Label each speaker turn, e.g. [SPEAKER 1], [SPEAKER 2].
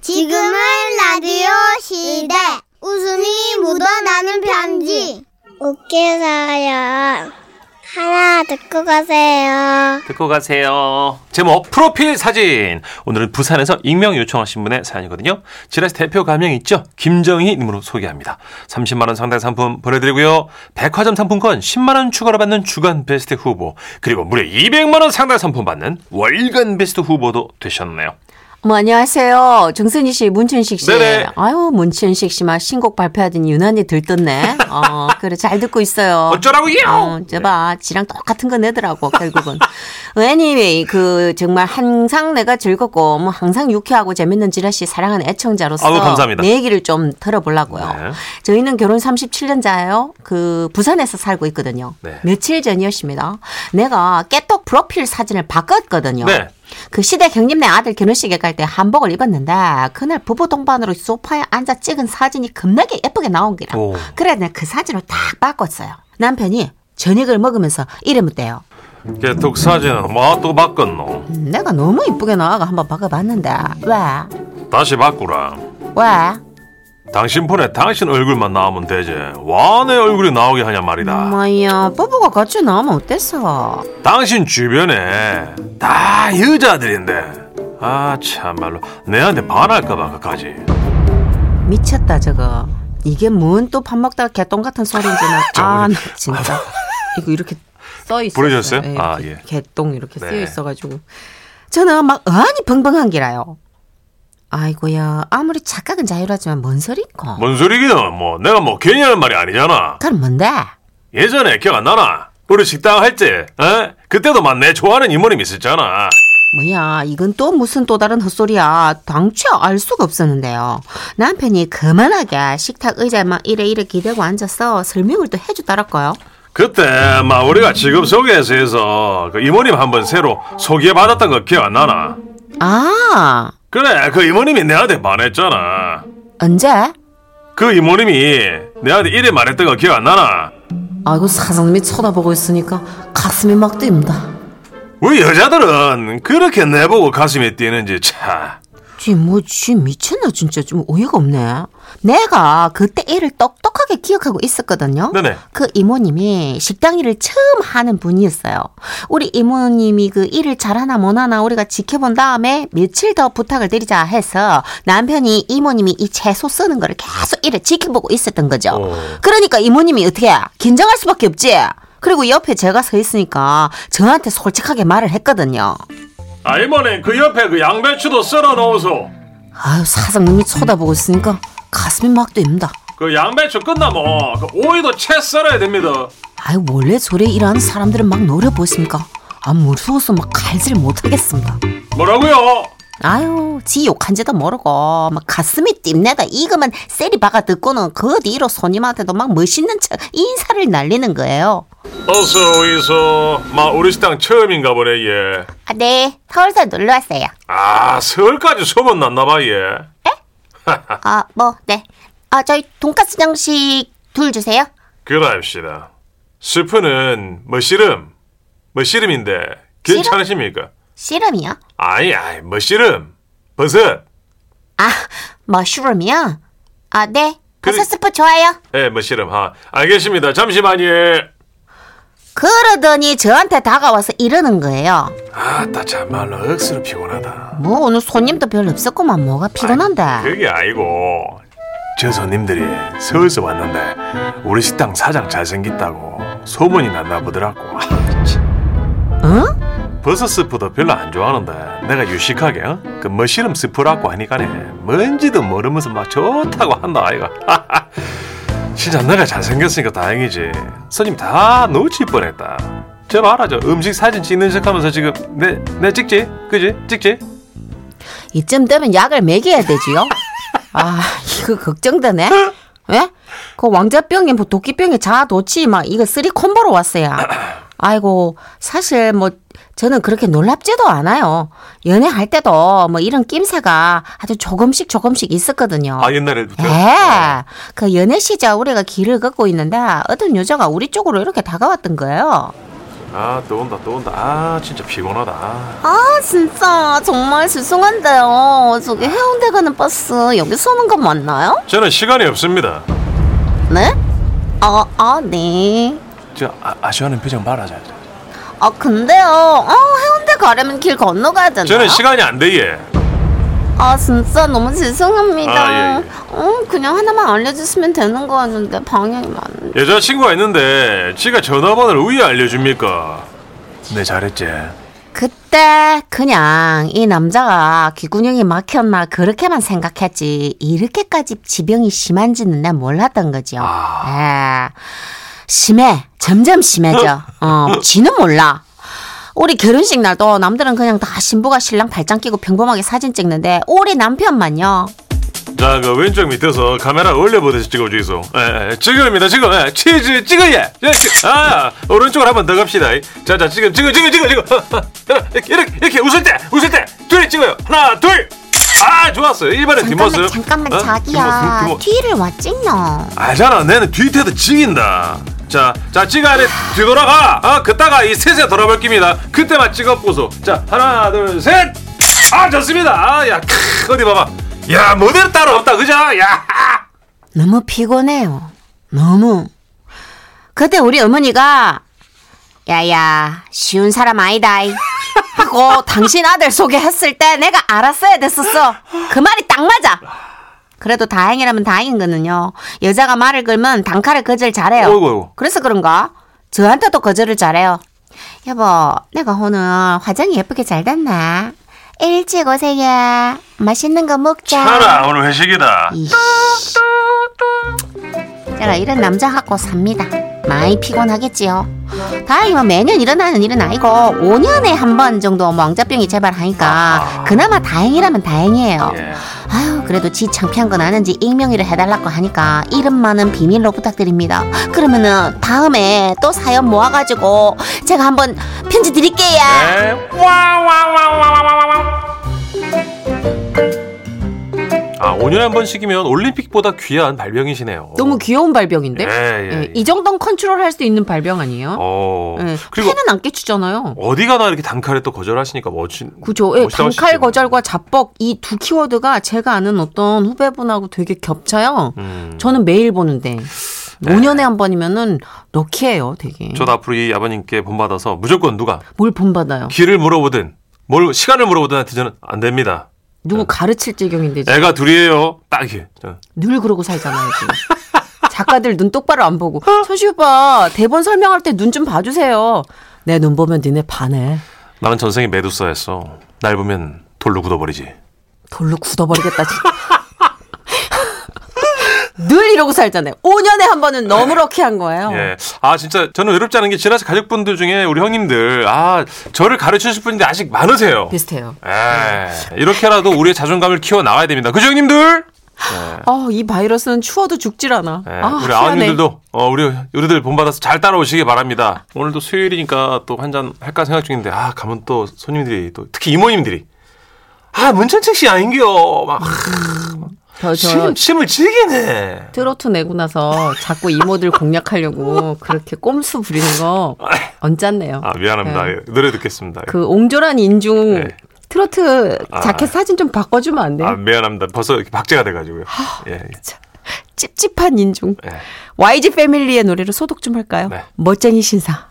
[SPEAKER 1] 지금은 라디오 시대. 웃음이 묻어나는 편지. 웃겨서요. 하나 듣고 가세요.
[SPEAKER 2] 듣고 가세요. 제목 프로필 사진. 오늘은 부산에서 익명 요청하신 분의 사연이거든요. 지라시 대표 가명 있죠? 김정희 님으로 소개합니다. 30만 원 상당 상품 보내드리고요. 백화점 상품권 10만 원 추가로 받는 주간 베스트 후보 그리고 무려 200만 원 상당 상품 받는 월간 베스트 후보도 되셨네요.
[SPEAKER 3] 뭐 안녕하세요. 정선희 씨, 문춘식 씨.
[SPEAKER 2] 네네.
[SPEAKER 3] 아유, 문춘식 씨만 신곡 발표하더니 유난히 들떴네. 어, 그래 잘 듣고 있어요.
[SPEAKER 2] 어쩌라고요?
[SPEAKER 3] 어, 저봐 지랑 똑같은 거 내더라고 결국은. anyway, 그 정말 항상 내가 즐겁고 뭐 항상 유쾌하고 재밌는 지라 씨 사랑하는 애청자로서
[SPEAKER 2] 아우, 감사합니다.
[SPEAKER 3] 내 얘기를 좀 털어보려고요.
[SPEAKER 2] 네.
[SPEAKER 3] 저희는 결혼 37년자예요. 그 부산에서 살고 있거든요.
[SPEAKER 2] 네.
[SPEAKER 3] 며칠 전이었습니다. 내가 깨톡 프로필 사진을 바꿨거든요.
[SPEAKER 2] 네.
[SPEAKER 3] 그 시댁 형님네 아들 결혼식에 갈 때 한복을 입었는데 그날 부부 동반으로 소파에 앉아 찍은 사진이 겁나게 예쁘게 나온 기라.
[SPEAKER 2] 오.
[SPEAKER 3] 그래 내가 그 사진을 딱 바꿨어요. 남편이 저녁을 먹으면서 이름을 떼요.
[SPEAKER 2] 개톡 사진은 뭐또 바꿨노?
[SPEAKER 3] 음, 내가 너무 이쁘게 나와가 한번 바꿔봤는데 왜?
[SPEAKER 2] 다시 바꾸라.
[SPEAKER 3] 왜?
[SPEAKER 2] 당신 폰에 당신 얼굴만 나오면 되지. 와 내 얼굴이 나오게 하냐 말이다.
[SPEAKER 3] 뭐야 부부가 같이 나오면 어땠어?
[SPEAKER 2] 당신 주변에 다 여자들인데 아 참말로 내한테 반할까봐 그까지
[SPEAKER 3] 미쳤다 저거. 이게 뭔 또 밥 먹다가 개똥 같은 소리인지 나아나 진짜 이거 이렇게 써 있어.
[SPEAKER 2] 부르셨어요? 아, 예.
[SPEAKER 3] 개똥 이렇게
[SPEAKER 2] 네.
[SPEAKER 3] 쓰여 있어가지고 저는 막 의안이 벙벙한 기라요. 아이고야 아무리 착각은 자유라지만 뭔 소리고?
[SPEAKER 2] 뭔 소리기는 뭐 내가 뭐 괜히 하는 말이 아니잖아
[SPEAKER 3] 그럼 뭔데?
[SPEAKER 2] 예전에 기억 안 나나 우리 식당 할 때 그때도 막 내 좋아하는 이모님 있었잖아
[SPEAKER 3] 뭐야 이건 또 무슨 또 다른 헛소리야 당최 알 수가 없었는데요 남편이 그만하게 식탁 의자에 막 이래 이래 기대고 앉아서 설명을 또 해주더라고요
[SPEAKER 2] 그때 막 우리가 직업 소개서에서 그 이모님 한 번 새로 소개받았던 거 기억 안 나나
[SPEAKER 3] 아
[SPEAKER 2] 그래 그 이모님이 내한테 반했잖아
[SPEAKER 3] 언제?
[SPEAKER 2] 그 이모님이 내한테 이래 말했던 거 기억 안 나나
[SPEAKER 3] 아이고 사장님이 쳐다보고 있으니까 가슴이 막 뛴다.
[SPEAKER 2] 우리 여자들은 그렇게 내보고 가슴이 뛰는지 차.
[SPEAKER 3] 쥐뭐쥐 미쳤나 진짜 좀 어이가 없네. 내가 그때 일을 똑똑하게 기억하고 있었거든요.
[SPEAKER 2] 네네.
[SPEAKER 3] 그 이모님이 식당 일을 처음 하는 분이었어요. 우리 이모님이 그 일을 잘하나 못하나 우리가 지켜본 다음에 며칠 더 부탁을 드리자 해서 남편이 이모님이 이 채소 쓰는 거를 계속 일을 지켜보고 있었던 거죠.
[SPEAKER 2] 어.
[SPEAKER 3] 그러니까 이모님이 어떻게 해? 긴장할 수밖에 없지. 그리고 옆에 제가 서 있으니까 저한테 솔직하게 말을 했거든요.
[SPEAKER 2] 아 이모님 그 옆에 그 양배추도 썰어 놓으소.
[SPEAKER 3] 아유 사장님이 쳐다보고 있으니까 가슴이 막 뜁니다.
[SPEAKER 2] 그 양배추 끝나면 그 오이도 채 썰어야 됩니다.
[SPEAKER 3] 아유 원래 저래 일하는 사람들은 막 노려보십니까? 아 무서워서 막 갈질 못하겠습니다.
[SPEAKER 2] 뭐라고요?
[SPEAKER 3] 아유 지 욕한지도 모르고 막 가슴이 뜁내다 이거만 셀이 박아 듣고는 그 뒤로 손님한테도 막 멋있는 척 인사를 날리는 거예요.
[SPEAKER 2] 어서 오이소. 마 우리 식당 처음인가 보네 예.
[SPEAKER 3] 아, 네 서울서 놀러 왔어요.
[SPEAKER 2] 아 서울까지 소문 났나 봐 예.
[SPEAKER 3] 아 뭐 네. 아 저희 돈까스 장식 둘 주세요.
[SPEAKER 2] 그럽시다. 스프는 머시름. 머시름인데 괜찮으십니까?
[SPEAKER 3] 씨름이요?
[SPEAKER 2] 아이 아이 머시름. 버섯.
[SPEAKER 3] 아 머쉬룸이요? 아 네.
[SPEAKER 2] 그래.
[SPEAKER 3] 버섯 스프 좋아요.
[SPEAKER 2] 예 머시름 하. 알겠습니다. 잠시만요. 예.
[SPEAKER 3] 그러더니 저한테 다가와서 이러는 거예요.
[SPEAKER 2] 아따 참말로 억수로 피곤하다
[SPEAKER 3] 뭐 오늘 손님도 별로 없었구만 뭐가 피곤한데.
[SPEAKER 2] 그게 아니고 저 손님들이 서울서 왔는데 우리 식당 사장 잘생겼다고 소문이 났나 보더라고 아, 참.
[SPEAKER 3] 응?
[SPEAKER 2] 버섯 스프도 별로 안 좋아하는데 내가 유식하게 어? 그 머시름 스프라고 하니까네 뭔지도 모르면서 막 좋다고 한다 아이가 진짜 내가 잘생겼으니까 다행이지 손님 다 놓칠 뻔했다 저 봐라 저 음식 사진 찍는 척하면서 지금 내, 내 찍지? 그지? 찍지?
[SPEAKER 3] 이쯤 되면 약을 먹여야 되지요. 아 이거 걱정되네. 왜? 그 왕자병에 뭐 도끼병에 자도치 막 이거 쓰리 콤보로 왔어요. 아이고 사실 뭐 저는 그렇게 놀랍지도 않아요. 연애할 때도 뭐 이런 낌새가 아주 조금씩 조금씩 있었거든요.
[SPEAKER 2] 아 옛날에부터
[SPEAKER 3] 예. 그 연애 시절 우리가 길을 걷고 있는데 어떤 여자가 우리 쪽으로 이렇게 다가왔던 거예요.
[SPEAKER 2] 아, 또 온다, 또 온다. 아, 진짜 피곤하다. 아,
[SPEAKER 3] 아 진짜 정말 죄송한데요. 저기 해운대 가는 버스 여기서 오는 거 맞나요?
[SPEAKER 2] 저는 시간이 없습니다.
[SPEAKER 3] 네? 아, 아, 네.
[SPEAKER 2] 저 아, 아쉬워하는 표정 말하자.
[SPEAKER 3] 아, 근데요. 아, 해운대 가려면 길 건너가야 되나요?
[SPEAKER 2] 저는 시간이 안 돼, 예.
[SPEAKER 3] 아, 진짜 너무 죄송합니다.
[SPEAKER 2] 아, 예, 예.
[SPEAKER 3] 어, 그냥 하나만 알려주시면 되는 거였는데 방향이 많은데.
[SPEAKER 2] 여자친구가 있는데 지가 전화번호를 왜 알려줍니까? 네, 잘했지.
[SPEAKER 3] 그때 그냥 이 남자가 귀근육이 막혔나 그렇게만 생각했지 이렇게까지 지병이 심한지는 난 몰랐던 거죠.
[SPEAKER 2] 아.
[SPEAKER 3] 예. 심해. 점점 심해져. 어, 지는 몰라. 우리 결혼식 날도 남들은 그냥 다 신부가 신랑 발장 끼고 평범하게 사진 찍는데 우리 남편만요.
[SPEAKER 2] 자, 그 왼쪽 밑에서 카메라 올려보듯이 찍어주이소. 예, 예, 지금입니다, 지금. 예, 치즈 찍어야. 예, 그- 아, 오른쪽으로 한번 더 갑시다. 자, 자, 지금, 지금, 지금, 지금, 지금. 이렇게, 이렇게, 이렇게 웃을 때, 웃을 때, 둘이 찍어요. 하나, 둘. 아, 좋았어요. 일반의 뒷모습. 어? 뒷모습, 뒷모습.
[SPEAKER 3] 뒤를 와 찍노.
[SPEAKER 2] 알잖아 내는 뒤태도 찍인다 자자 찍어 아래 뒤돌아가 아 그따가 이 셋에 돌아볼 깁니다 그때만 찍어 보소 자 하나 둘셋아 좋습니다 아야 어디 봐봐 야 모델 따로 없다 그죠 야
[SPEAKER 3] 너무 피곤해요. 너무. 그때 우리 어머니가 야야 쉬운 사람 아니다 이. 하고 당신 아들 소개했을 때 내가 알았어야 됐었어. 그 말이 딱 맞아. 그래도 다행이라면 다행인 거는요. 여자가 말을 걸면 단칼에 거절 잘해요.
[SPEAKER 2] 어이구, 어이구.
[SPEAKER 3] 그래서 그런가? 저한테도 거절을 잘해요. 여보, 내가 오늘 화장이 예쁘게 잘 됐나? 일찍 오세요. 맛있는 거 먹자.
[SPEAKER 2] 하나 오늘 회식이다
[SPEAKER 3] 이씨. 제가 이런 남자 갖고 삽니다. 많이 피곤하겠지요. 다행히 뭐 매년 일어나는 일은 아니고 5년에 한 번 정도 뭐 왕자병이 재발하니까 그나마 다행이라면 다행이에요.
[SPEAKER 2] 예.
[SPEAKER 3] 아유 그래도 지 창피한 건 아는지 익명의를 해달라고 하니까 이름만은 비밀로 부탁드립니다. 그러면은 다음에 또 사연 모아가지고 제가 한번 편지 드릴게요.
[SPEAKER 2] 네. 예. 와와와와와와와 아 5년에 한 번씩이면 올림픽보다 귀한 발병이시네요
[SPEAKER 3] 귀여운 발병인데?
[SPEAKER 2] 예, 예, 예.
[SPEAKER 3] 이 정도는 컨트롤할 수 있는 발병 아니에요?
[SPEAKER 2] 어
[SPEAKER 3] 예,
[SPEAKER 2] 그리고
[SPEAKER 3] 폐는 안 깨치잖아요.
[SPEAKER 2] 어디 가나 이렇게 단칼에 또 거절하시니까 멋진
[SPEAKER 3] 그죠. 예,
[SPEAKER 2] 멋있다
[SPEAKER 3] 단칼
[SPEAKER 2] 뭐 하시죠.
[SPEAKER 3] 거절과 자뻑 이 두 키워드가 제가 아는 어떤 후배분하고 되게 겹쳐요.
[SPEAKER 2] 음. 네.
[SPEAKER 3] 저는 매일 보는데 5년에 한 번이면은 럭키예요, 되게.
[SPEAKER 2] 저도 앞으로 이 아버님께 본받아서 무조건 누가
[SPEAKER 3] 뭘 본받아요?
[SPEAKER 2] 길을 물어보든 뭘 시간을 물어보든 한테 저는 안 됩니다.
[SPEAKER 3] 누구 가르칠 지경인데 지금.
[SPEAKER 2] 애가 아. 둘이에요. 딱이. 저는.
[SPEAKER 3] 늘 그러고 살잖아요, 지금. 작가들 눈 똑바로 안 보고 천시 오빠 대본 설명할 때 눈 좀 봐주세요. 내 눈 보면 니네 반해.
[SPEAKER 2] 나는 전생에 메두사였어. 날 보면 돌로 굳어버리지.
[SPEAKER 3] 돌로 굳어버리겠다 진짜. 늘 이러고 살잖아요. 5년에 한 번은 너무 럭키한 거예요.
[SPEAKER 2] 네. 예. 아 진짜 저는 외롭지 않은 게 지라시 가족분들 중에 우리 형님들 아 저를 가르쳐주실 분인데 아직 많으세요.
[SPEAKER 3] 비슷해요.
[SPEAKER 2] 에 이렇게라도 우리의 자존감을 키워 나와야 됩니다. 그죠 형님들?
[SPEAKER 3] 아, 이 바이러스는 추워도 죽질 않아.
[SPEAKER 2] 예,
[SPEAKER 3] 아,
[SPEAKER 2] 우리
[SPEAKER 3] 희한해.
[SPEAKER 2] 아우님들도 어, 우리 우리들 본받아서 잘 따라오시기 바랍니다. 아. 오늘도 수요일이니까 또 한 잔 할까 생각 중인데 아 가면 또 손님들이 또 특히 이모님들이 아 문천책 씨 아닌겨 막
[SPEAKER 3] 저, 음, 저
[SPEAKER 2] 심, 심을 즐기네.
[SPEAKER 3] 트로트 내고 나서 자꾸 이모들 공략하려고 그렇게 꼼수 부리는 거 언짢네요.
[SPEAKER 2] 아 미안합니다.
[SPEAKER 3] 네.
[SPEAKER 2] 예, 노래 듣겠습니다.
[SPEAKER 3] 그 옹졸한 인중
[SPEAKER 2] 네.
[SPEAKER 3] 트로트
[SPEAKER 2] 아.
[SPEAKER 3] 자켓 사진 좀 바꿔주면 안 돼요?
[SPEAKER 2] 아 미안합니다. 벌써 이렇게 박제가 돼가지고요. 예, 예.
[SPEAKER 3] 찝찝한 인중.
[SPEAKER 2] 예.
[SPEAKER 3] YG 패밀리의 노래로 소독 좀 할까요?
[SPEAKER 2] 네.
[SPEAKER 3] 멋쟁이 신사.